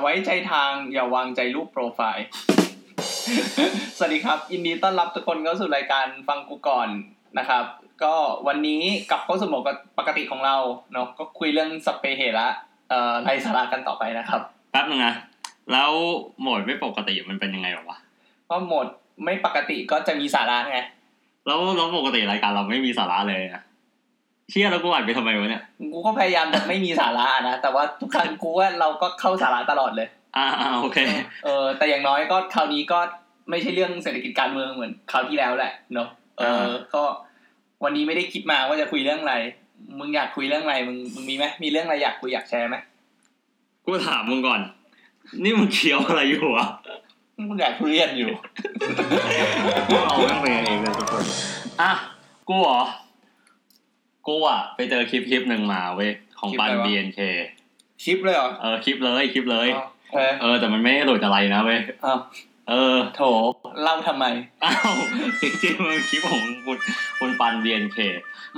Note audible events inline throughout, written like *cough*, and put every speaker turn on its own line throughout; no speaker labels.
ไว้ใจทางอย่าวางใจรูปโปรไฟล์ *laughs* สวัสดีครับ ยินดีต้อนรับทุกคนเข้าสู่รายการฟังกูก่อนนะครับ ก็วันนี้กลับเข้าสู่โหมดปกติของเราเนาะก็คุยเรื่องสเปเฮระเอ่อไรสาระกันต่อไปนะครับ
แป๊บนึงนะแล้วโหมดไม่ปกติมันเป็นยังไงหรอวะ
ก็โหมดไม่ปกติก็จะมีสาระไง
แล้วแล้วปกติรายการเราไม่มีสาระเลยนะเชี่ยแล้วกูอัดไปทำไมวะเนี่ย
กูก็พยายามแบบไม่มีสาระนะแต่ว่าทุกครั้งกูว่าเราก็เข้าสาระตลอดเลย
อ่าอ่าโอเค
เออแต่อย่างน้อยก็คราวนี้ก็ไม่ใช่เรื่องเศรษฐกิจการเมืองเหมือนคราวที่แล้วแหละเนอะเออ
อ่า
ก็วันนี้ไม่ได้คิดมาว่าจะคุยเรื่องอะไร มึงอยากคุยเรื่องอะไรมึงมึงมีไหมมีเรื่องอะไรอยากคุยอยากแชร์ไหม
กูถามมึงก่อน นี่มึงเคี้ยวอะไรอยู่วะ
มึงอยากคุยเรียนอยู่
เอาเรื่องไปเองเลยทุกคนอ่ะกูเหรอกูอ่ะไปเจอคลิปคลิปหนึ่งมาเว้ยของปัน
คลิปอะไรวะ
BNK
คลิปเลยเหรอ
เออคลิปเลยคลิปเลย
เออ
เออ แต่มันไม่ได้หลุดอะไรนะเว้ย
อ้าว
เออ *laughs*
โถเล่าทำไม
อ้าวจริงๆมันคลิปของคุณคุณปัน BNK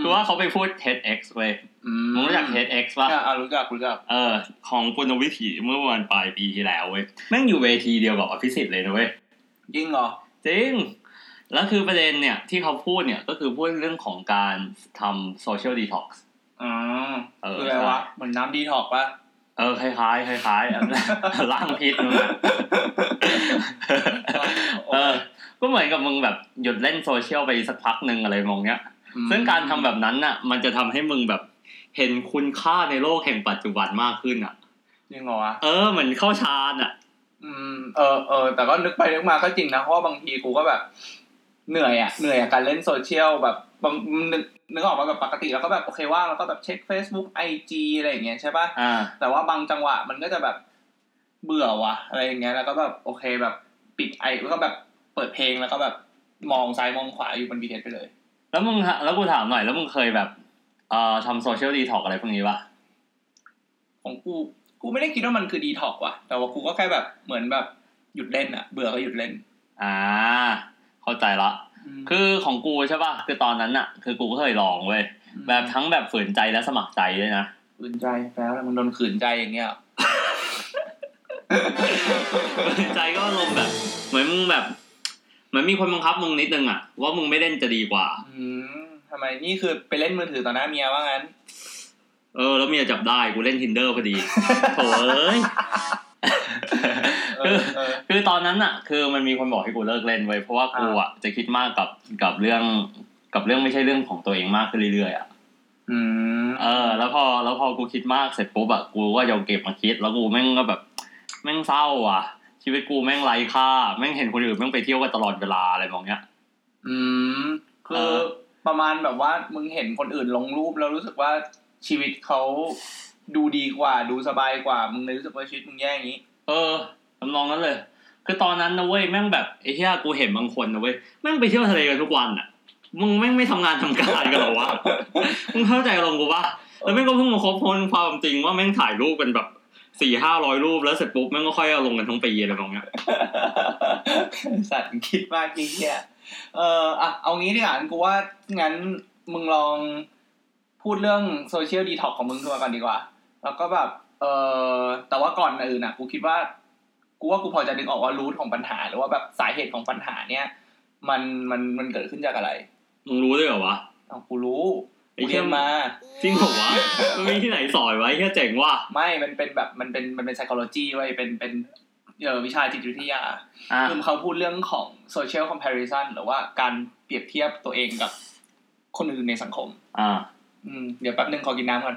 คือว่าเขาไปพูด TEDx เว้ย
อื
มึงรู้จัก TEDx ป่ะ
อ่ะอ่ะรู้จักรู้จัก
เออ ของปุณวิถีเมื่อวันปลายปีที่แล้วเว้ย แม่งอยู่เวทีเดียวกับอภิสิทธิ์เลยนะเว้ย
ยิ่งเหรอ
จริง แล้วคือประเด็นเนี่ย ที่เขาพูดเนี่ย ก็คือพูดเรื่องของการทำ social detox
อ๋อ
เออ
คืออะไรวะ
ใช่
เหมือนน้ำดีท็อกซ์ปะ
เออ คล้ายๆคล้ายๆ ล้างพิษ
*laughs*
นู่นน่ะ เออ ก็เหมือนกับมึงแบบหยุดเล่นโซเชียลไปสักพักหนึ่งอะไรมองเนี้ย
อืม
ซึ่งการทำแบบนั้นน่ะ มันจะทำให้มึงแบบเห็นคุณค่าในโลกแห่งปัจจุบันมากขึ้นอ่ะ
จริงเหรอวะ
เออเหมือนเข้าฌานอ่ะ
อืมเออเออแต่ก็นึกไปนึกมาก็จริงนะเพราะว่าบางทีกูก็แบบ เหนื่อยอ่ะเหนื่อยกับการเล่นโซเชียลแบบบางนึกนึกออกมาแบบปกติแล้วก็แบบโอเคว่างแล้วก็แบบเช็ค Facebook IG อะไรอย่างเงี้ยใช่ปะ
อ่า
แต่ว่าบางจังหวะมันก็จะแบบเบื่อว่ะอะไรอย่างเงี้ยแล้วก็แบบโอเคแบบปิดไอแล้วก็แบบเปิดเพลงแล้วก็แบบมองซ้ายมองขวาอยู่บนบีเทสไปเลย
แล้วมึงฮะแล้วกูถามหน่อย แล้วมึงเคยแบบเอ่อทำโซเชียลดีท็อกอะไรพวกนี้ปะ
ของกูกูไม่ได้คิดว่ามันคือดีท็อกว่ะ แต่ว่ากูก็แค่แบบเหมือนแบบหยุดเล่นอ่ะ เบื่อก็หยุดเล่น
อ่า เข้าใจละ
ม
คือของกูใช่ปะคือตอนนั้นอ่ะ คือกูก็เคยลองเว้ย แบบทั้งแบบฝืนใจและสมัครใจด้วยนะ
ขืนใจแล้วแล้วมันโดนขืนใจอย่างเงี้ย
ฝืนใจก็อารมณ์แบบ เหมือนมึงแบบเหมือนมีคนบังคับมึงนิดนึงอ่ะ ว่ามึงไม่เล่นจะดีกว่า
อืมทำไมนี่คือไปเล่นมือถือต่อหน้าเมียว่างั้น
เออแล้วเมียจับได้กูเล่น tinder พอดี โถเอ้ย *laughs*
เออเออ
คือตอนนั้นอะคือมันมีคนบอกให้กูเลิกเล่นไว้ยเพราะว่ากูอะจะคิดมากกับกับเรื่องกับเรื่องไม่ใช่เรื่องของตัวเองมากขึ้นเรื่อยๆอะ
อืม
เออ แล้วพอแล้วพอกูคิดมากเสร็จปุ๊บอะกูก็ยอมเก็บมาคิด แล้วกูแม่งก็แบบแม่งเศร้าอะชีวิตกูแม่งไร้ค่าแม่งเห็นคนอื่นแม่งไปเที่ยวกันตลอดเวลาอะไรมองเนี้ย
อืมคื
เอ
อ
อ
ประมาณแบบว่ามึงเห็นคนอื่นลงรูปแล้วรู้สึกว่าชีวิตเขาดูดีกว่าดูสบายกว่า มึงเลยรู้สึกว่าชีวิตมึงแย่อย่างนี้
เออทำนองนั้นเลย คือตอนนั้นนะเว้ยแม่งแบบไอ้เหี้ยกูเห็นบางคนนะเว้ยแม่งไปเที่ยวทะเลกันทุกวันอะมึงแม่งไม่ทำงานทำการกันเหร *laughs* อวะ มึงเข้าใจอารมณ์กูปะแล้วแม่งก็เพิ่งมาคบคนความจริงว่าแม่งถ่ายรูปกันแบบสี่ห้าร้อยรูปแล้วเสร็จปุ๊บแม่งก็ค่อยเอาลงกันทั้งปีอะไรแบบเนี้ย
สัตว์คิดมากจริงเนี่ยเอออ่ะเอางี้ดีกว่ากูว่างั้นมึงลองพูดเรื่องโซเชียลดีท็อกของมึงขึ้นมาก่อนดีกว่า แล้วก็แบบ เออแต่ว่าก่อนอื่นนะกูคิดว่า กูว่ากูพอจะนึกออกว่ารูทของปัญหา หรือว่าแบบสาเหตุของปัญหาเนี่ย มันมันมันเกิดขึ้นจากอะไร
มึงรู้ด้วยเหรอวะ
เอากูรู้
ไอ้
กู
เหี้
เรี
ย
ยนมา
จริงเหรอวะมันมีที่ไหนสอนไวะไอ้เหี้ยเจ๋งว่ะ
ไม่ มันเป็นแบบมันเป็นมันเป็น psychology ไว้ยเป็นเป็นเออวิชาจิตวิทยา
อ่ะ
คือเขาพูดเรื่องของ social comparison หรือว่าการเปรียบเทียบตัวเองกับคนอื่นในสังคม
อ่ะ
อืมเดี๋ยวแป๊บนึงขอกินน้ำก่อน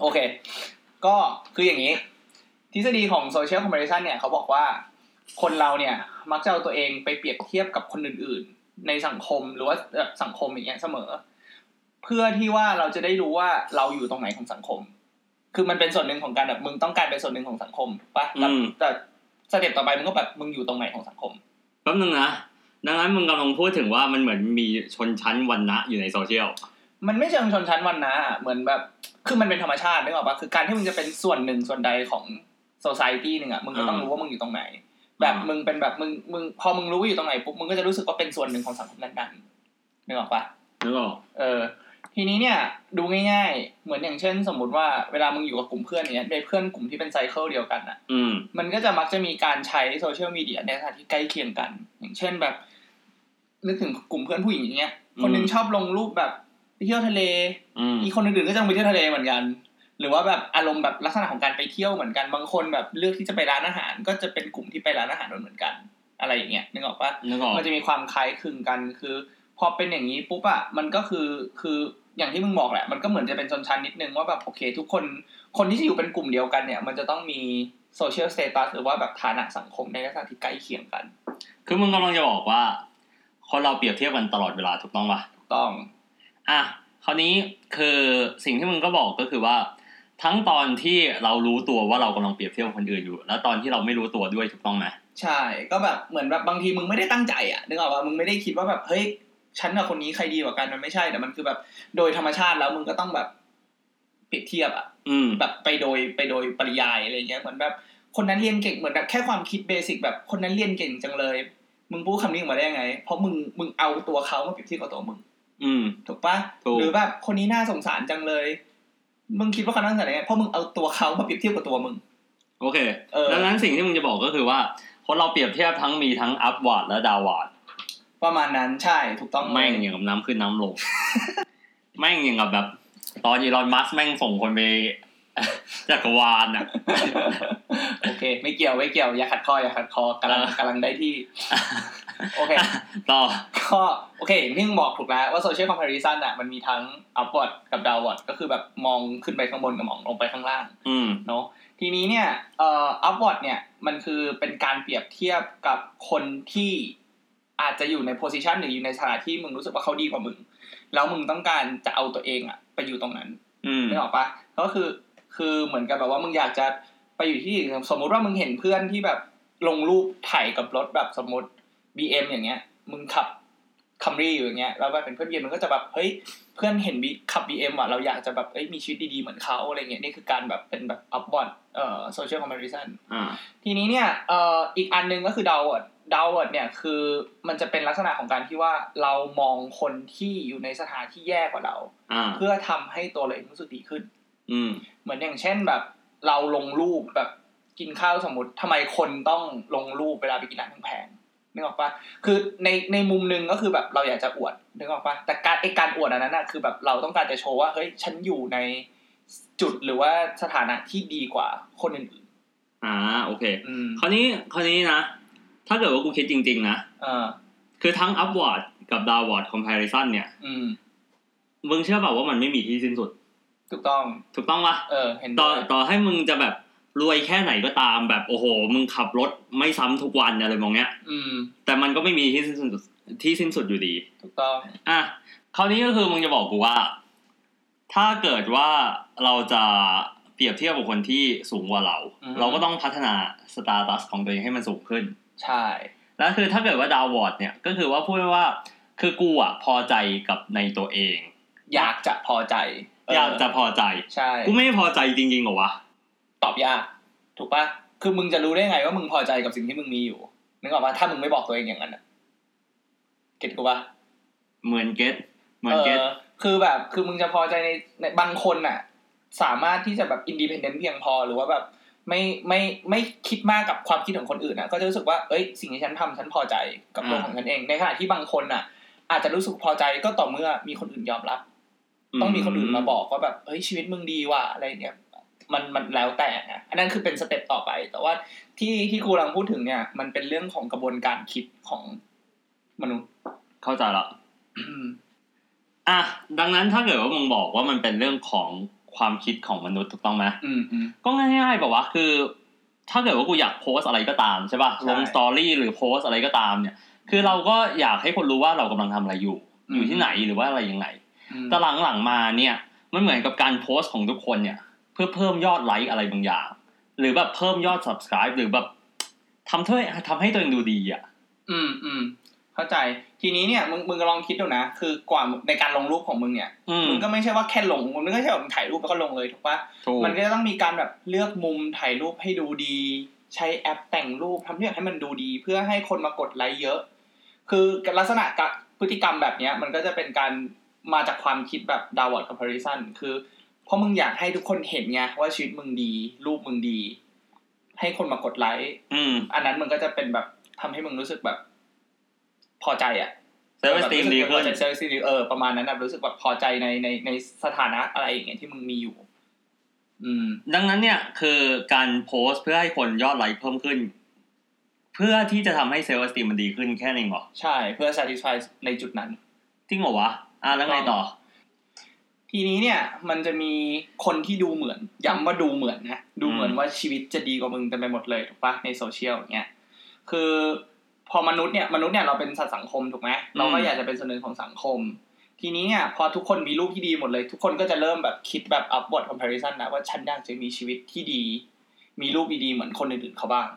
โอเค ก็คืออย่างนี้ ทฤษฎีของ social comparison เนี่ยเขาบอกว่าคนเราเนี่ย มักจะเอาตัวเองไปเปรียบเทียบกับคนอื่นๆ ในสังคมหรือว่าแบบสังคมอย่างเงี้ยเสมอ เพื่อที่ว่าเราจะได้รู้ว่าเราอยู่ตรงไหนของสังคม คือมันเป็นส่วนหนึ่งของการแบบมึงต้องการเป็นส่วนหนึ่งของสังคมปะแต่แต่สเต็ปต่อไปมึงก็แบบมึงอยู่ตรงไหนของสังคม
แป๊บนึงนะดังนั้นมึงกำลังพูดถึงว่ามันเหมือนมีชนชั้นวรรณะอยู่ในโซเชียล
มันไม่เชิงชนชั้นวรรณะอะเหมือนแบบ คือมันเป็นธรรมชาตินึกออกปะคือการที่มึงจะเป็นส่วนหนึ่งส่วนใดของสังคมหนึ่งอ่ะ มึงก็ต้องรู้ว่ามึงอยู่ตรงไหน แบบมึงเป็นแบบมึง มึง พอมึงรู้ว่าอยู่ตรงไหนปุ๊บ มึงก็จะรู้สึกว่าเป็นส่วนหนึ่งของสังคมนั้นๆนึกออกปะ
นึกออก
เออ ทีนี้เนี่ยดูง่าย ๆ เหมือนอย่างเช่น สมมติว่าเวลามึงอยู่กับกลุ่มเพื่อนอย่างเงี้ยในเพื่อนกลุ่มที่เป็นไซเคิลเดียวกันอ่ะ
อืม
มันก็จะมักจะมีการใช้โซเชียลมีเดียในสถานที่ใกล้เคียงกัน อย่างเช่นแบบ นึกถึงกลุ่มเพื่อนผู้หญิงอย่างเงี้ย
อืม
คนหนึ่งชอบลงรูปแบบไปเที่ยวทะเล
อืม
อีกคนอื่นๆก็จะลงไปเที่ยวทะเลเหมือนกัน หรือว่าแบบอารมณ์แบบลักษณะของการไปเที่ยวเหมือนกัน บางคนแบบเลือกที่จะไปร้านอาหาร ก็จะเป็นกลุ่มที่ไปร้านอาหารเหมือนกัน อะไรอย่างเงี้ยนึกออกปะ
นึกออก
มันจะมีความคล้ายคลึงกันคือ พอเป็นอย่างนี้ปุ๊บอะมันก็คือคืออย่างที่มึงบอกแหละ มันก็เหมือนจะเป็นชนชั้นนิดนึงว่าแบบโอเค ทุกคนคนที่จะอยู่เป็นกลุ่มเดียวกันเนี่ย มันจะต้องมีโซเชียลสเตตัสหรือว่าแบบฐานะสังคมในลักษณะที่ใกล้เคียงกัน
คือมึงกำลังจะบอกว่า คนเราเปรียบเทียบกันตลอดเวลาถูกต้องปะ
ถูกต้อง
อ่ะคราวนี้คือสิ่งที่มึงก็บอกก็คือว่า ทั้งตอนที่เรารู้ตัวว่าเรากำลังเปรียบเทียบกับคนอื่นอยู่ แล้วตอนที่เราไม่รู้ตัวด้วยถูกต้องไหม
ใช่ ก็แบบเหมือนแบบบางทีมึงไม่ได้ตั้งใจอะนึกออกปะมึงไม่ได้คิดว่าแบบเฮ้ยฉันกับคนนี้ใครดีกว่ากันมันไม่ใช่แต่มันคือแบบโดยธรรมชาติแล้วมึงก็ต้องแบบเปรียบเทียบอะ
อืม
แบบไปโดยไปโดยปริยายอะไรเงี้ยเหมือนแบบคนนั้นเรียนเก่งเหมือนแบบแค่ความคิดเบสิกแบบคนนั้นเรียนเก่งจังเลย มึงพูดคำนี้ออกมาได้ยังไง เพราะมึงมึงเอาตัวเขามาเปรียบเทียบกับตัวมึง
อืม
ถูกปะ
ถูก
หรือแบบคนนี้น่าสงสารจังเลย มึงคิดว่าเขาน่าสงสารยังไงเพราะมึงเอาตัวเขามาเปรียบเทียบกับตัวมึง
โอเค
เออ
ดังนั้นสิ่งที่มึงจะบอกก็คือว่า คนเราเปรียบเทียบทั้งมีทั้งอัพวาร์ดและดาวาร์ด
ประมาณนั้นใช่ถูกต้องเลย
แม่งอย่างกับน้ำขึ้นน้ำลง *laughs* แม่งอย่างกับแบบ ตอนอีลอนมัสแม่งส่งคนไป *laughs* จักรวาลอ่ะ *laughs*
*laughs* โอเค ไม่เกี่ยวไม่เกี่ยวอย่าขัดคออย่าขัดคอกำลัง
เออ
กำลังได้ที่ *laughs* โอเค
ต่อ
ก็โอเคอย่างที่มึงบอกถูกแล้วว่าโซเชียลคอมเพลซันอ่ะมันมีทั้ง upward กับ downward ก็คือแบบมองขึ้นไปข้างบนกับมองลงไปข้างล่าง
อืม
เนาะทีนี้เนี่ยเอ่อ upward เนี่ยมันคือเป็นการเปรียบเทียบกับคนที่อาจจะอยู่ในโพสิชันหรืออยู่ในสถานที่มึงรู้สึกว่าเขาดีกว่ามึง แล้วมึงต้องการจะเอาตัวเองอ่ะไปอยู่ตรงนั้น
อืม
นึกออกปะก็คือ คือเหมือนกับแบบว่ามึงอยากจะไปอยู่ที่อื่นสมมุติว่ามึงเห็นเพื่อนที่แบบลงรูปถ่ายกับรถแบบสมมติ BM อย่างเงี้ย มึงขับคัมรี่อยู่อย่างเงี้ย แล้วแบบเป็นเพื่อน BM มันก็จะแบบ เฮ้ย เพื่อนเห็น B ขับ BM ว่ะ เราอยากจะแบบ เอ้ย มีชีวิตดีๆ เหมือนเขาอะไรเงี้ย นี่คือการแบบเป็นแบบ upward เอ่อ social comparison
อ่า
ทีนี้เนี่ย เอ่อ อีกอันหนึงก็คือ downward downward เนี่ย คือมันจะเป็นลักษณะของการที่ว่าเรามองคนที่อยู่ในสถานที่แย่กว่าเรา
อ่า
เพื่อทำให้ตัวเราเองรู้สึกดีขึ้น
อืม
เหมือนอย่างเช่นแบบเราลงรูปแบบกินข้าวสมมติทำไมคนต้องลงรูปเวลาไปกินร้านแพงๆนึกออกปะคือในในมุมหนึงก็คือแบบเราอยากจะอวดนึกออกปะแต่การไอการอวดอันนั้นอะคือแบบเราต้องการจะโชว์ว่าเฮ้ยฉันอยู่ในจุดหรือว่าสถานะที่ดีกว่าคนอื่น
อ่า โอเค
ๆอืม
คราวนี้ คราวนี้นะ ถ้าเกิดว่ากูคิดจริง ๆ นะ
เออ
คือทั้ง upward กับ downward comparison เนี่ย
อืม
มึงเชื่อเปล่าว่ามันไม่มีที่สิ้นสุด
ถูกต้อง
ถูกต้องปะ
เออ เห็น
ต่อ
ด้วย
ต่อให้มึงจะแบบรวยแค่ไหนก็ตาม แบบ โอ้โห มึงขับรถไม่ซ้ำทุกวันอะไรมองเนี้ย
อืม
แต่มันก็ไม่มีที่สิ้นสุด ที่สิ้นสุดอยู่ดี
ถูกต้อง
อ่ะ คราวนี้ก็คือมึงจะบอกกูว่า ถ้าเกิดว่าเราจะเปรียบเทียบกับคนที่สูงกว่าเรา
อืม
เราก็ต้องพัฒนาสตาร์ตัสของตัวเองให้มันสูงขึ้น
ใช่
แล้วคือถ้าเกิดว่าดาววอร์ดเนี่ยก็คือว่าพูดว่าคือกูอ่ะพอใจกับในตัวเอง
อยากจะพอใจเ
อยากจะพอใจ
ใช่
กูไม่พอใจจริงๆเหรอวะ
ตอบยากถูกปะคือมึงจะรู้ได้ไงว่ามึงพอใจกับสิ่งที่มึงมีอยู่นึกออกปะถ้ามึงไม่บอกตัวเองอย่างนั้นอะเก็ตกูปะ
เหมือนเก็ตเหมือนเก็ต
ออคือแบบคือมึงจะพอใจในในบางคนน่ะ สามารถที่จะแบบอินดีเพนเดนต์เพียงพอหรือว่าแบบไม่ไม่ไม่คิดมากกับความคิดของคนอื่นน่ะ ก็จะรู้สึกว่าเอ้ยสิ่งที่ฉันทำฉันพอใจกับตัวของฉันเองในขณะที่บางคนน่ะ อาจจะรู้สึกพอใจก็ต่อเมื่อมีคนอื่นยอมรับ ต้องมีคนอื่นมาบอกว่าแบบเฮ้ยชีวิตมึงดีว่ะอะไรอย่างเงี้ยมันมันแล้วแต่นะอันนั้นคือเป็นสเต็ปต่อไป แต่ว่าที่ที่กูกำลังพูดถึงเนี่ย มันเป็นเรื่องของกระบวนการคิดของมนุษย์
เข้าใจละอ่ะดังนั้นถ้าเกิดว่ามึงบอกว่ามันเป็นเรื่องของความคิดของมนุษย์ถูกต้องไหม
อืมอืม
ก็ง่ายๆแบบว่าคือ ถ้าเกิดว่ากูอยากโพสต์อะไรก็ตามใช่ป่ะ
ใช่
ลงสตอรี่หรือโพสต์อะไรก็ตามเนี่ย คือเราก็อยากให้คนรู้ว่าเรากำลังทำอะไรอยู่
อืม
อยู่ที่ไหนหรือว่าอะไรยังไง
อืม
แต่หลังๆมาเนี่ยมันเหมือนกับการโพสต์ของทุกคนเนี่ย เพื่อเพิ่มยอดไลค์อะไรบางอย่าง หรือแบบเพิ่มยอด subscribe หรือแบบทำเท่ทำให้ตัวเองดูดีอ่ะ
อืมอืมเข้าใจ ทีนี้เนี่ยมึงมึงลองคิดดูนะ คือกว่าในการลงรูปของมึงเนี่ย
อืม
มึงก็ไม่ใช่ว่าแค่ลงมึงไม่ใช่แบบมึงถ่ายรูปแล้วก็ลงเลยถูกปะ
ถูก
มันก็จะต้องมีการแบบเลือกมุมถ่ายรูปให้ดูดี ใช้แอปแต่งรูปทำเรื่องให้มันดูดี เพื่อให้คนมากดไลค์เยอะ คือลักษณะกะพฤติกรรมแบบเนี้ย มันก็จะเป็นการ มาจากความคิดแบบ downward comparison คือ เพราะมึงอยากให้ทุกคนเห็นไงว่าชีวิตมึงดี รูปมึงดี ให้คนมากดไลค์
อืม
อันนั้นมันก็จะเป็นแบบทำให้มึงรู้สึกแบบ พอใจอะ
เซอร์วิสตีมดีขึ้น
เซอร์วิสตีมเออประมาณนั้นแบบรู้สึกแบบพอใจในในในสถานะอะไรอย่างเงี้ยที่มึงมีอยู่ อืม
ดังนั้นเนี่ยคือการโพสต์เพื่อให้คนยอดไลค์เพิ่มขึ้น เพื่อที่จะทำให้เซลล์สตีมมันดีขึ้นแค่นี้เหรอ
ใช่เพื่อ satisfy ในจุดนั้น
จริงเหรอวะอ่ะแล้วไงต่อ
ทีนี้เนี่ย มันจะมีคนที่ดูเหมือนย้ำว่าดูเหมือนนะดูเหมือนว่าชีวิตจะดีกว่ามึงแต่ไปหมดเลยถูกปะในโซเชียลอย่างเงี้ยคือพอมนุษย์เนี่ยมนุษย์เนี่ยเราเป็นสัตว์สังคมถูกไหมเราก็อยากจะเป็นส่วนหนึ่งของสังคม ทีนี้เนี่ยพอทุกคนมีรูปที่ดีหมดเลย ทุกคนก็จะเริ่มแบบคิดแบบ upward comparison นะว่าฉันอยากจะมีชีวิตที่ดี มีรูปดีๆเหมือนคนอื่นๆเขาบ้าง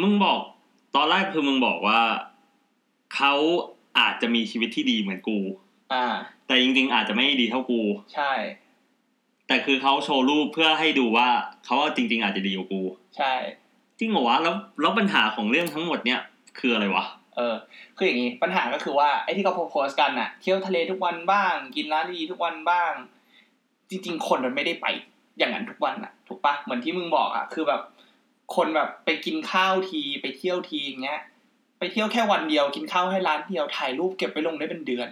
มึงบอกตอนแรกคือมึงบอกว่าเขาอาจจะมีชีวิตที่ดีเหมือนกู
อ่า
แต่จริงๆอาจจะไม่ดีเท่ากู
ใช่
แต่คือเขาโชว์รูปเพื่อให้ดูว่าเขาจริง ๆ อาจจะดีกว่ากู
ใช่
จริงเหรอวะแล้วแล้วปัญหาของเรื่องทั้งหมดเนี่ย คืออะไรวะ
เออคืออย่างนี้ปัญหาก็คือว่าไอ้ที่เขาโพสต์กันน่ะ เที่ยวทะเลทุกวันบ้าง กินร้านดีทุกวันบ้าง จริง ๆ คนมันไม่ได้ไปอย่างนั้นทุกวันน่ะ ถูกปะเหมือนที่มึงบอกอ่ะคือแบบ คนแบบไปกินข้าวทีไปเที่ยวทีอย่างเงี้ย ไปเที่ยวแค่วันเดียวกินข้าวให้ร้านเดียวถ่ายรูปเก็บไปลงได้เป็นเดือน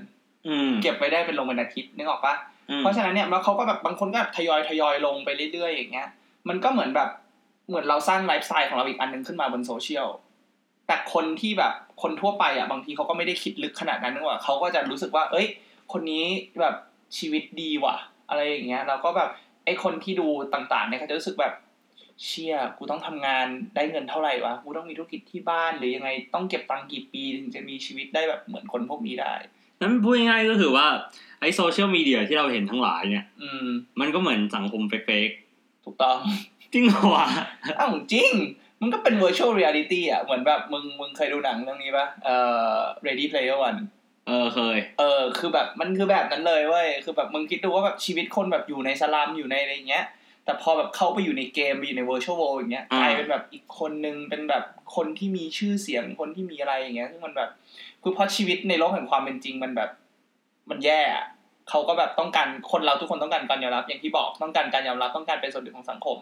อืม
เก็บไปได้เป็นลงเป็นอาทิตย์นึกออกปะ
อืม
เพราะฉะนั้นเนี่ยแล้วเขาก็แบบบางคนก็แบบทยอยทยอยลงไปเรื่อยๆอย่างเงี้ย มันก็เหมือนแบบเหมือนเราสร้างไลฟ์สไตล์ของเราอีกอันหนึ่งขึ้นมาบนโซเชียลแต่คนที่แบบคนทั่วไปอ่ะบางทีเขาก็ไม่ได้คิดลึกขนาดนั้นนึกว่าเขาก็จะรู้สึกว่า เอ้ย คนนี้แบบชีวิตดีว่ะ อะไรอย่างเงี้ยเราก็แบบไอ้คนที่ดูต่างๆเนี่ยเขาจะรู้สึกแบบเชี่ยกูต้องทำงานได้เงินเท่าไหร่วะกูต้องมีธุรกิจที่บ้านหรือยังไงต้องเก็บตังค์กี่ปีถึงจะมีชีวิตได้แบบเหมือนคนพวกนี้ได้
นั้นพูดง่ายๆก็คือว่าไอโซเชียลมีเดียที่เราเห็นทั้งหลายเนี่ย
อืม
มันก็เหมือนสังคมเฟก
ถูกต้อง
ๆจริงเหรอวะ
อ้าวจริง มันก็เป็น virtual reality อ่ะ เหมือนแบบมึงมึงเคยดูหนังเรื่องนี้ปะเอ่อ Ready Player One
เออเคย
เออ คือแบบมันคือแบบนั้นเลยเว้ย คือแบบมึงคิดดูว่าแบบชีวิตคนแบบอยู่ในสลัมอยู่ในอะไรอย่างเงี้ย แต่พอแบบเข้าไปอยู่ในเกมไปอยู่ใน virtual world อย่างเงี้ย
อ่าก ก
ลายเป็นแบบอีกคนนึงเป็นแบบคนที่มีชื่อเสียงคนที่มีอะไรอย่างเงี้ย ซึ่งมันแบบคือเพราะชีวิตในโลกแห่งความเป็นจริงมันแบบ มันแย่อะเขาก็แบบต้องการคนเราทุกคนต้องการการยอมรับ อย่างที่บอกต้องการการยอมรับต้องการเป็นส่วนหนึ่งของสังคม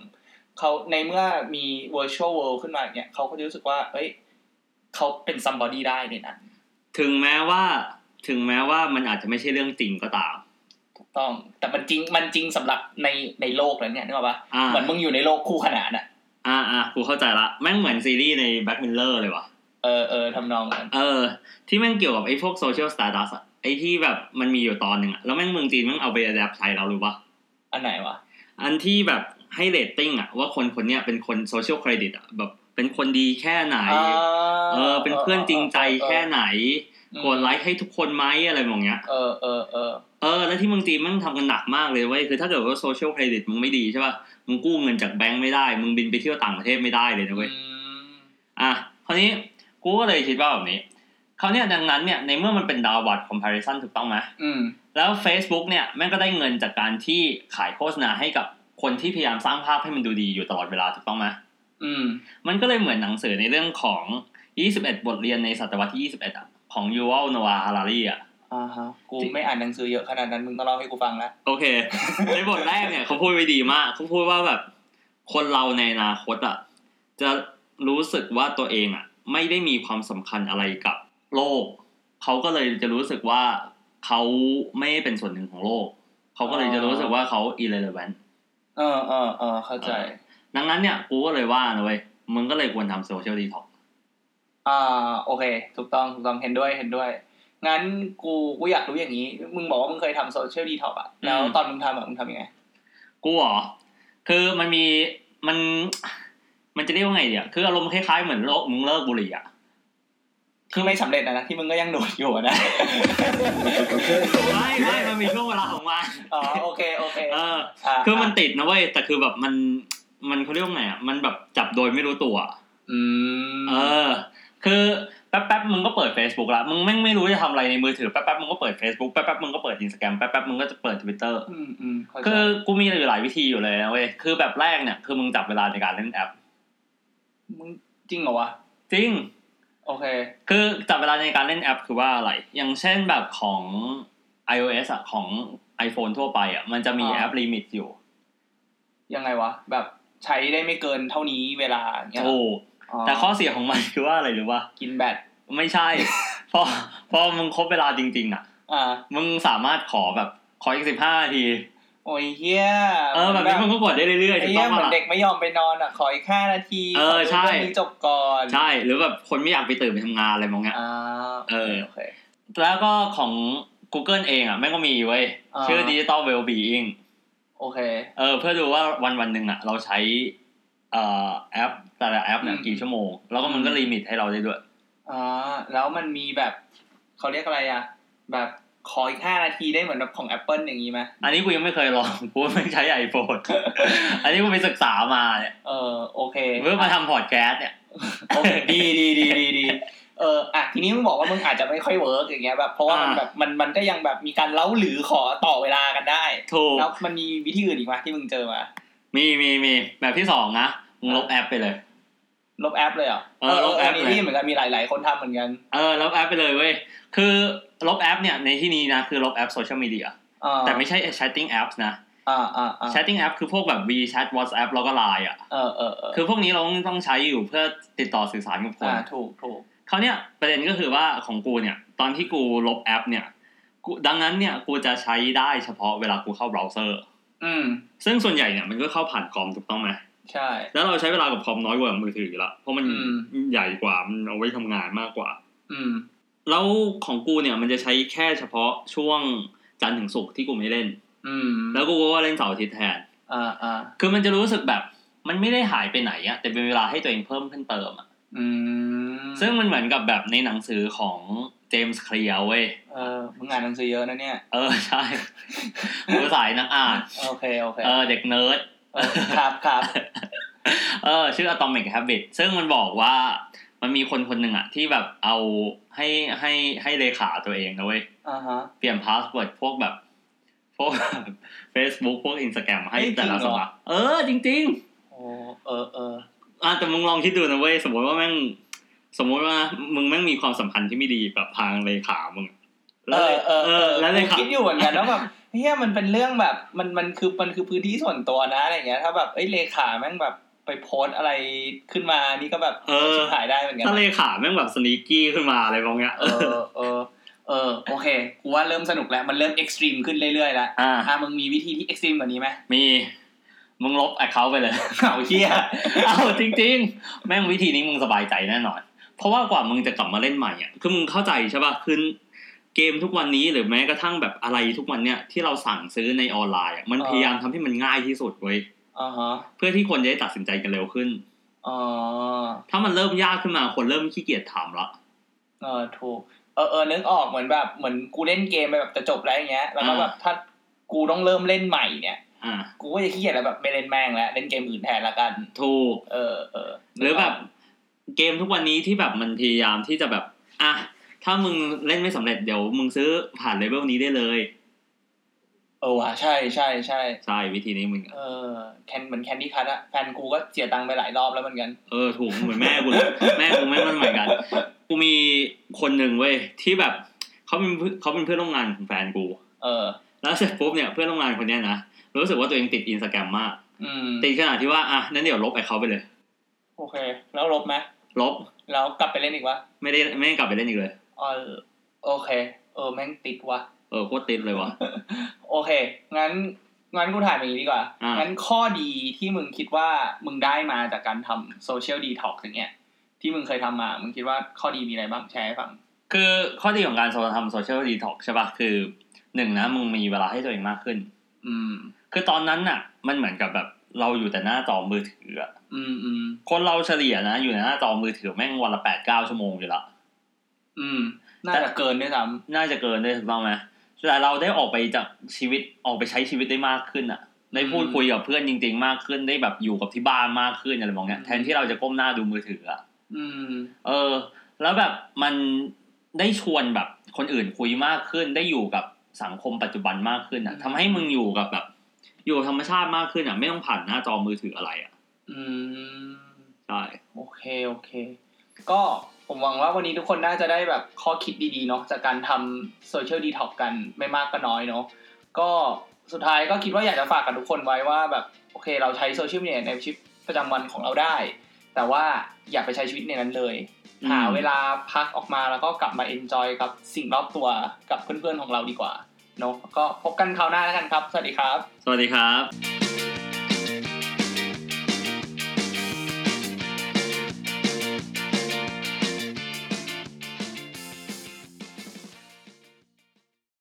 เขาในเมื่อมี virtual world ขึ้นมาอย่างเงี้ยเขาก็จะรู้สึกว่า เอ้ยเขาเป็น somebody ได้ในนั้น
ถึงแม้ว่าถึงแม้ว่ามันอาจจะไม่ใช่เรื่องจริงก็ตาม
ถูกต้อง แต่มันจริงมันจริงสำหรับในในโลกนั้นเนี่ยนึกออกปะ
อ่า
เหมือนมึงอยู่ในโลกคู่ขนานอะ
อ่าอ่ากูเข้าใจละแม่งเหมือนซีรีส์ในแบ็กมิลเลอร์เลยวะ
เออเออทำนองนั้น
เออ ที่แม่งเกี่ยวกับไอ้พวกโซเชียลสตาร์ดัสอะไอ้ที่แบบมันมีอยู่ตอนหนึ่งอะแล้วแม่งเมืองจีนแม่งเอาไปอัดแอปใช้เรารู้ปะ
อันไหนวะ
อันที่แบบให้เรตติ้งอะว่าคนคนเนี้ยเป็นคนโซเชียลเครดิตอะแบบเป็นคนดีแค่ไหน
อ่า
เออ เป็นเพื่อนจริงใจแค่ไหน
เออก
ดไลค์ให้ทุกคนไหมอะไรแบบเนี้ย
เออเออเออ
เออแล้วที่เมืองจีนแมันทำกันหนักมากเลยเว้ยคือถ้าเกิดว่าโซเชียลเครดิตมึงไม่ดีใช่ป่ะมึงกู้เงินจากแบงก์ไม่ได้ มึงบินไปเที่ยวต่างประเทศไม่ได้เลยนะเว้ย
อืม
อ่ะคราวนี้กูก็เลยคิดว่าแบบนี้คราวเนี้ยดังนั้นเนี่ยในเมื่อมันเป็นดาวบัตคอมเพลชันถูกต้องไหม
อืม
แล้ว Facebook เนี่ยแม่งก็ได้เงินจากการที่ขายโฆษณาให้กับคนที่พยายามสร้างภาพให้มันดูดีอยู่ตลอดเวลาถูกต้องไหม
อืม
มันก็เลยเหมือนหนังสือในเรื่องของ 21 บทเรียนในศตวรรษที่ 21อะของยูวัลโนอาฮารารีอะ
อ่าฮะกูไม่อ่านหนังสือเยอะขนาดนั้นมึงต้องเล่าให้กูฟังละ
โอเค *laughs* ในบทแรกเนี่ยเขาพูดไว้ดีมากเขาพูดว่าแบบ คนเราในอนาคตอ่ะจะรู้สึกว่าตัวเองอ่ะ ไม่ได้มีความสำคัญอะไรกับโลก เขาก็เลยจะรู้สึกว่าเขาไม่ได้เป็นส่วนหนึ่งของโลก เขาก็เลยจะรู้สึกว่าเขา irrelevant
เออเออเออเข้าใจ
ดังนั้นเนี่ยกูก็เลยว่านะเว้ยมึงก็เลยควรทำโซเชียลดีท็อก
อ่าโอเค ถูกต้องถูกต้องเห็นด้วยเห็นด้วย งั้นกูกูอยากรู้อย่างนี้ มึงบอกว่ามึงเคยทำโซเชียลดีท็อกอะแล้วตอนมึงทำอะมึงทำยังไง
กูเหรอคือมันมีมัน มันจะเรียกว่าไงเดียคืออารมณ์คล้ายๆเหมือนโลกมึงเลิกบุหรี่อ่ะ
คือไม่สำเร็จนะนะที่มึงก็ยังดูดอยู่อะนะ
ไม่ไม่มันมีช่วงเวลาของมัน
อ๋อโอเคโอเค
เออ
า
คือมันติดนะเว้ย แต่คือแบบมัน มันเขาเรียกว่าไงอ่ะ มันแบบจับโดยไม่รู้ตัว
อืม
เออ คือแป๊บแป๊บๆมึงก็เปิด Facebook ละ มึงแม่งไม่รู้จะทำอะไรในมือถือ แป๊บแป๊บๆมึงก็เปิด Facebook แป๊บแป๊บๆมึงก็เปิด Instagram แป๊บแป๊บๆมึงก็จะเปิด Twitter
อืมอืมเข้าใจ
คือกูมีอยู่หลายวิธีอยู่เลยนะเว้ย คือแบบแรกเนี่ย คือมึงจับเวลาในการเล่นแอป
มึงจริงเหรอวะ
จริง
โอเค
คือจับเวลาในการเล่นแอปคือว่าอะไร อย่างเช่นแบบของ iOS อะของ iPhone ทั่วไปอะมันจะมี
อ่า
แอปลิมิตอยู่
ยังไงวะ แบบใช้ได้ไม่เกินเท่านี้เวลาอย่างเงี้ย
ถูกแต่ข้อ
อ
เสียของมัน *laughs* คือว่าอะไรหรือว่า
กินแบต
ไม่ใช่ พอพอมึงครบเวลาจริง ๆอะ
อ่า
มึงสามารถขอแบบขออีกสิบห้านาที
โอ้ยเฮีย
เออแบบนี้มันก็กดได้เรื่อยๆ
ไอ้
ถู
เฮี
กต้
ย
อง
เหมือน
ปะ
เด็กไม่ยอมไปนอนอ่ะ ขออีกห้านาที
เอ
ข
อ
ดู
ใช่
รื่องนี้จบก่อน
ใช่หรือแบบคนไม่อยากไปตื่นไปทำงานอะไรมองเงี้ย
อ่า
เออ
โอเค
แล้วก็ของ Google เองอ่ะแม่งก็มีเว้ย
อ่า
ชื่อ Digital Wellbeing
โอเค
เออเพื่อดูว่าวันวันหนึ่งอ่ะ เราใช้เอ่อแอปแต่ละแอปเนี่ย
อืม
กี่ชั่วโมง แล้วก็มันก็
อืม
ลิมิตให้เราได้ด้วย
อ่าแล้วมันมีแบบเขาเรียกอะไรอ่ะ แบบขออีกห้านาทีได้เหมือนแบบของ Apple อย่างนี้ไหม
อันนี้กูยังไม่เคยลอง *laughs* กูไม่ใช้ iPhone *laughs* อันนี้กูไปศึกษามาเนี่ย
เออโอเค
เพื่อมาทำพอดแคสต์เนี่ย
โอเคดีดีดีดีดีเอออ่ะทีนี้มึงบอกว่ามึงอาจจะไม่ค่อยเวิร์กอย่างเงี้ยแบบเพราะว่ามัน
อ่า
แบบมันมันก็ยังแบบมีการเล้าหรือขอต่อเวลากันได้
ถูก
แล้วมันมีวิธีอื่นอีกไหมที่มึงเจอมา
มีมีมีแบบที่สองนะมึงลบแอปไปเลย
ลบแอปเลยเหรอ
เออลบแอป
นนี้
เลย
ที่เหมือนกันมีหลาย ๆ คนทำเหมือนกัน
เออลบแอปไปเลยเว้ย คือลบแอปเนี่ยในที่นี้นะคือลบแอปโซเชียลมีเดีย
อ่า
แต่ไม่ใช่ chatting apps นะ
อ่าอ่าอ่า
chatting app คือพวกแบบ WeChat WhatsApp แล้วก็ Line อ่ะ
เออเออเออ
คือพวกนี้เราต้องใช้อยู่เพื่อติดต่อสื่อสารกับคน
อ่าถูกถูก
คราวเนี้ยประเด็นก็คือว่าของกูเนี่ย ตอนที่กูลบแอปเนี่ยกูดังนั้นเนี่ยกูจะใช้ได้เฉพาะเวลากูเข้าเบราว์เซอร์
อืม
ซึ่งส่วนใหญ่เนี่ยมันก็เข้าผ่านคอมถูกต้องไหม
ใช่
แล้วเราใช้เวลากับคอมน้อยกว่ามือถืออยู่ละเพราะมัน
อืม
ใหญ่กว่ามันเอาไว้ทำงานมากกว่า
อืม
แล้วของกูเนี่ยมันจะใช้แค่เฉพาะช่วงจันทร์ถึงศุกร์ที่กูไม่เล่น
อืม
แล้วกูก็เล่นเสาร์อาทิตย์แทน
อ่าอ่า
คือมันจะรู้สึกแบบมันไม่ได้หายไปไหนอะแต่เป็นเวลาให้ตัวเองเพิ่มขึ้นเติมอะ
อืม
ซึ่งมันเหมือนกับแบบในหนังสือของเจมส์เคลียร์เว้ย
เออมึงอ่านหนังสือเยอะนะเนี่ย
เออ ใช่ *laughs* กูสายนัก
*laughs*
อ่าน
โอเคโอเค
เออเด็กเนิร์ด
เออครับ
*laughs*
ครับ
เออชื่อ Atomic Habit ซึ่งมันบอกว่ามันมีคนคนหนึ่งอะที่แบบเอาให้ให้ให้เลขาตัวเองนะเว้ย
อ่าฮะ
เปลี่ยนพาสเวิร์ดพวกแบบ พวกแบบ *laughs* Facebook พวก Instagram ให้
เฮ้ย
แต่ละ
จริ
ส
งเหรอ
มัครเออ จริง ๆ
โอ้เออเออ
อ่ะแต่มึงลองคิดดูนะเว้ยสมมติว่าแม่ง สมมติว่ามึงแม่งมีความสัมพันธ์ที่ไม่ดีแบบทางเลขามึง
เอ
แล้ว
อเออ
เออแล้วเล
ผม
ขา
คิดอยู่เหมือนกันแล้วแบบ *laughs* เฮียมันเป็นเรื่องแบบมันมันคือมันคือพื้นที่ส่วนตัวนะอะไรอย่างเงี้ยถ้าแบบเอ้ยเลขาแม่งแบบไปโพสต์อะไรขึ้นมานี่ก็แบบ
เออ
ชิบหายได้เหมือนกัน
ถ้า
นะ
เลขาแม่งแบบสนีกี้ขึ้นมาอะไรบางอย่าง
เออเออเออโอเคกูว่าเริ่มสนุกแล้ว มันเริ่มเอ็กซ์ตรีมขึ้นเรื่อยๆแล้ว
อ่ะ
อ่ะมึงมีวิธีที่เอ็กซ์ตรีมกว่านี้ไหม
มีมึงลบแอคเคา *laughs* ท์ไปเลย *laughs*
เอาเฮีย
เอาจริง ๆ แม่งวิธีนี้มึงสบายใจแน่นอน เพราะว่ากว่ามึงจะกลับมาเล่นใหม่อ่ะคือมึงเข้าใจใช่ป่ะคือเกมทุกวันนี้หรือแม้กระทั่งแบบอะไรทุกวันเนี่ยที่เราสั่งซื้อในออนไลน์อะมันพยายามทำให้มันง่ายที่สุดเว้ย
อ๋อฮะ
เพื่อที่คนจะได้ตัดสินใจกันเร็วขึ้น
อ๋อ
ถ้ามันเริ่มยากขึ้นมาคนเริ่มขี้เกียจถามละ
เออถูกเออเออนึกออกเหมือนแบบเหมือนกูเล่นเกมไปแบบจะจบแล้วอย่างเงี้ยแล้วก็
อ่า
แบบถ้ากูต้องเริ่มเล่นใหม่เนี่ย
อ่า
กูก็จะขี้เกียจแล้วแบบไม่เล่นแม่งแล้วเล่นเกมอื่นแทนละกัน
ถูก
เออเออ
หรือแบบเกมทุกวันนี้ที่แบบมันพยายามที่จะแบบ อ่ะ ถ้ามึงเล่นไม่สำเร็จเดี๋ยวมึงซื้อผ่านเลเวลนี้ได้เลย
เออว่ะใช่ใช่ใช่
ใช่วิธีนี้มึง
เออแคนเหมือนแคนดี้คัทอะแฟนกูก็เสียตังค์ไปหลายรอบแล้วเหมือนกัน
เออ ถูกเหมือนแม่กูเลยแม่กูแม่งมันเหมือนกัน กูมีคนหนึ่งเว้ยที่แบบเขาเป็นเพื่อนเขาเป็นเพื่อนร่วมงานของแฟนกู
เออ
แล้วเสร็จปุ๊บเนี่ยเพื่อนร่วมงานคนเนี้ยนะรู้สึกว่าตัวเองติดอินสตาแกรมมาก
อืม
ติดขนาดที่ว่าอ่ะนั่นเดี๋ยวลบไอ้เขาไปเลย
โอเค แล้วลบไหม
ลบ
แล้วกลับไปเล่นอีกวะ
ไม่ได้ไม่ได้กลับไปเล่นอีกเลย
เออโอเค เออแม่งติดวะ *laughs*
เออโคตรติดเลยวะ
โอเค งั้นงั้นกูถามอย่างนี้ดีกว่า
อ่างั้
งั้นข้อดีที่มึงคิดว่ามึงได้มาจากการทำโซเชียลดีท็อกซ์อย่างเงี้ย ที่มึงเคยทำมา มึงคิดว่าข้อดีมีอะไรบ้างแชร์ให้ฟัง
คือข้อดีของการทำโซเชียลดีท็อกใช่ปะคือหนึ่งนะมึงมีเวลาให้ตัวเองมากขึ้น
อืม
คือตอนนั้นน่ะ มันเหมือนกับแบบเราอยู่แต่หน้าจอมือถืออะ
อืมอืม
คนเราเฉลี่ยนะ อยู่ในหน้าจอมือถือแม่งวันละแปดเก้าชั่วโมงอยู่ละ
อืม น่าจะเกินด้วยซ้
น่าจะเกินด้วยถูกต้องไหมแต่เราได้ออกไปจากชีวิตออกไปใช้ชีวิตได้มากขึ้นอะได้พูดคุยกับเพื่อนจริง ๆ มากขึ้นได้แบบอยู่กับที่บ้านมากขึ้นอะไรแบบเนี้ยแทนที่เราจะก้มหน้าดูมือถืออะ
ำอืม
เออ แล้วแบบมันได้ชวนแบบคนอื่นคุยมากขึ้น ได้อยู่กับสังคมปัจจุบันมากขึ้นอ่ะ
อืม
ทำให้มึงอยู่กับแบบ อยู่กับธรรมชาติมากขึ้นอ่ะ ไม่ต้องผ่านหน้าจอมือถืออะไรอ่ะ
อืม
ใช่
โอเค โอเค ก็ ผมหวังว่าวันนี้ทุกคนน่าจะได้แบบข้อคิดดีๆเนาะจากการทำโซเชียลดีท็อกกันไม่มากก็น้อยเนาะก็สุดท้ายก็คิดว่าอยากจะฝากกับทุกคนไว้ว่าแบบโอเค เราใช้โซเชียลมีเดียในชีวิตประจำวันของเราได้ แต่ว่าอย่าไปใช้ชีวิตในนั้นเลย
อืม
หาเวลาพักออกมาแล้วก็กลับมาเอนจอยกับสิ่งรอบตัวกับเพื่อนๆของเราดีกว่าเนาะก็พบกันคราวหน้าแล้วกันครับ สวัสดีครับ
สวัสดีครับ